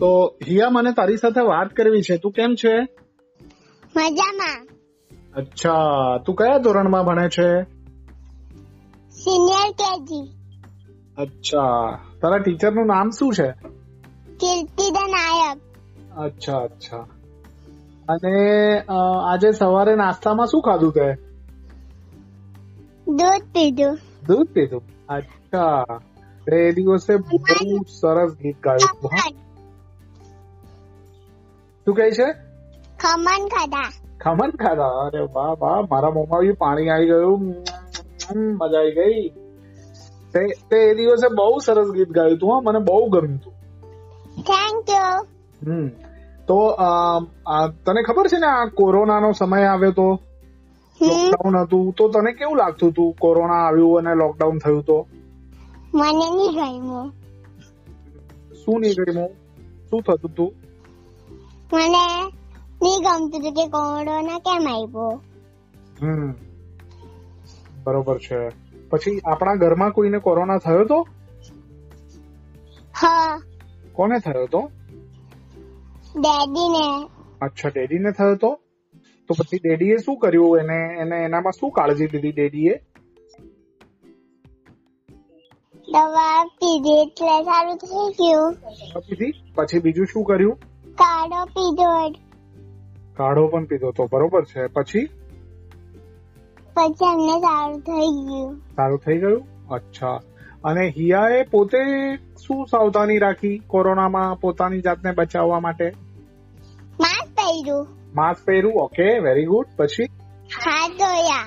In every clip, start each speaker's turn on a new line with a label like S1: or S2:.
S1: તો હિયા મને તારી સાથે વાત કરવી છે તું કેમ છે
S2: મજામાં
S1: અચ્છા તું કયા ધોરણમાં ભણે છે
S2: સિનિયર કેજી
S1: અચ્છા તારા ટીચરનું નામ શું છે
S2: કીર્તિદા નાયક
S1: અચ્છા અચ્છા અને અ, આજે સવારે નાસ્તામાં શું ખાધું તે
S2: દૂધ પીધું
S1: દૂધ પીધું અચ્છા એટલે એ દિવસે બહુ સરસ ગીત ગાયું હતું, હા?
S2: ખમણ
S1: શું કહે છે
S2: ખમણ ખાધા
S1: ખમણ ખાધા અરે વાહ વાહ મારા મોંમાં બી પાણી આવી ગયું ઉમ, મજા આવી ગઈ તે તે એ દિવસે બહુ સરસ ગીત ગાયું હતું હા મને બહુ ગમ્યું હતું
S2: થેન્ક યુ
S1: હમ તો અ, આ તને ખબર છે ને આ કોરોનાનો સમય આવ્યો તો
S2: હમ
S1: લોકડાઉન હતું તો તને કેવું લાગતું હતું કોરોના આવ્યું અને લોકડાઉન થયું તો
S2: મને નહીં ગમ્યું
S1: શું નીકળ્યું શું થતું હતું
S2: મને નહીં ગમતું હતું કે કોરોના કેમ આવ્યો
S1: હમ બરોબર છે પછી આપણા ઘરમાં કોઈને કોરોના થયો તો
S2: હ
S1: કોને થયો તો
S2: ડેડી ને
S1: અચ્છા ડેડીને થયો તો તો પછી ડેડીએ શું કર્યું એને એને એનામાં શું કાળજી લીધી ડેડીએ
S2: દવા પીધી એટલે સારું થઈ ગયું
S1: પછીથી પછી બીજું શું કર્યું
S2: કાળો પીધો
S1: કાઢો પણ પીધો તો બરોબર છે પછી
S2: પછી અમને સારું થઈ ગયું
S1: સારું થઈ ગયું અચ્છા અને હિયાએ પોતે શું સાવધાની રાખી કોરોનામાં પોતાની જાતને બચાવવા માટે
S2: માસ્ક પહેર્યું
S1: માસ્ક પહેર્યું ઓકે વેરી ગુડ પછી
S2: હાથ ધોયા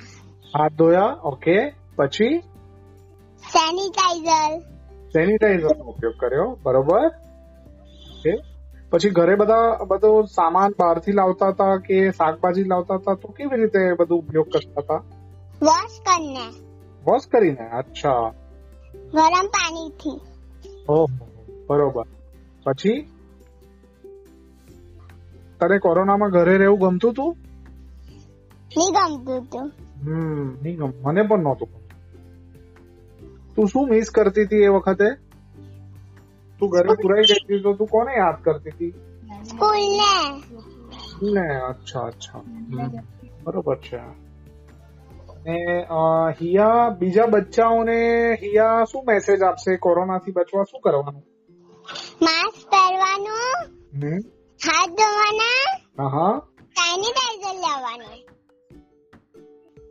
S1: હાથ ધોયા ઓકે પછી
S2: સેનિટાઈઝર
S1: સેનિટાઈઝરનો ઉપયોગ કર્યો બરોબર ઓકે પછી ઘરે બધા બધો સામાન બહારથી લાવતા હતા કે શાકભાજી લાવતા હતા તો કેવી રીતે બધું ઉપયોગ કરતા હતા
S2: વોશ કરીને
S1: વોશ કરીને અચ્છા
S2: ગરમ પાણીથી
S1: ઓહો બરોબર પછી તને કોરોનામાં ઘરે રહેવું ગમતું હતું
S2: નહીં ગમતું હતું
S1: હમ નહીં ગમ મને પણ નહોતું ગમતું. તું શું મિસ કરતી હતી એ વખતે તું ઘરે પુરાઈ ગઈ હતી તો તું કોને યાદ કરતી હતી
S2: સ્કૂલ ને
S1: ને અચ્છા અચ્છા હમ, બરોબર છે ને અ, હિયા બીજા બચ્ચાઓને હિયા શું મેસેજ આપશે કોરોનાથી બચવા શું કરવાનું
S2: માસ્ક પહેરવાનું
S1: હમ
S2: હાથ ધોવાના
S1: હા હા
S2: સેનિટાઈઝર લેવાનું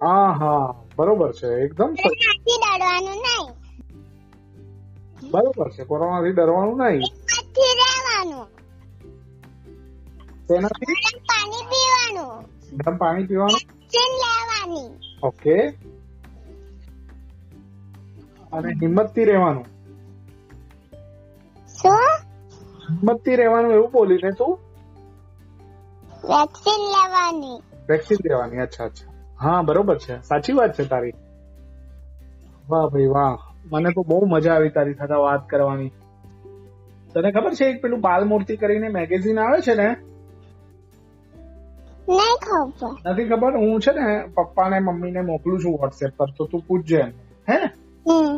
S1: હા હા બરોબર છે એકદમ
S2: અને
S1: સચ-
S2: નાથી ડરવાનું નહીં
S1: બરોબર છે કોરોનાથી ડરવાનું નહીં
S2: હાથથી રહેવાનું
S1: તેનાથી
S2: ગરમ પાણી પીવાનું
S1: ગરમ પાણી પીવાનું
S2: વેક્સિન લેવાની
S1: ઓકે અને હિંમતથી રહેવાનું
S2: શું
S1: હિંમતથી રહેવાનું એવું બોલીને તું
S2: વેક્સિન લેવાની
S1: વેક્સિન લેવાની અચ્છા અચ્છા હા બરોબર છે સાચી વાત છે તારી વાહ ભાઈ વાહ મને તો બહુ મજા આવી તારી સાથે વાત કરવાની તને ખબર છે એક પેલું બાલમૂર્તિ કરીને મેગેઝિન આવે છે ને
S2: નહીં ખબર
S1: નથી ખબર હું છે ને પપ્પાને મમ્મીને મોકલું છું વોટ્સએપ પર તો તું પૂછજે એમને. હે
S2: હમ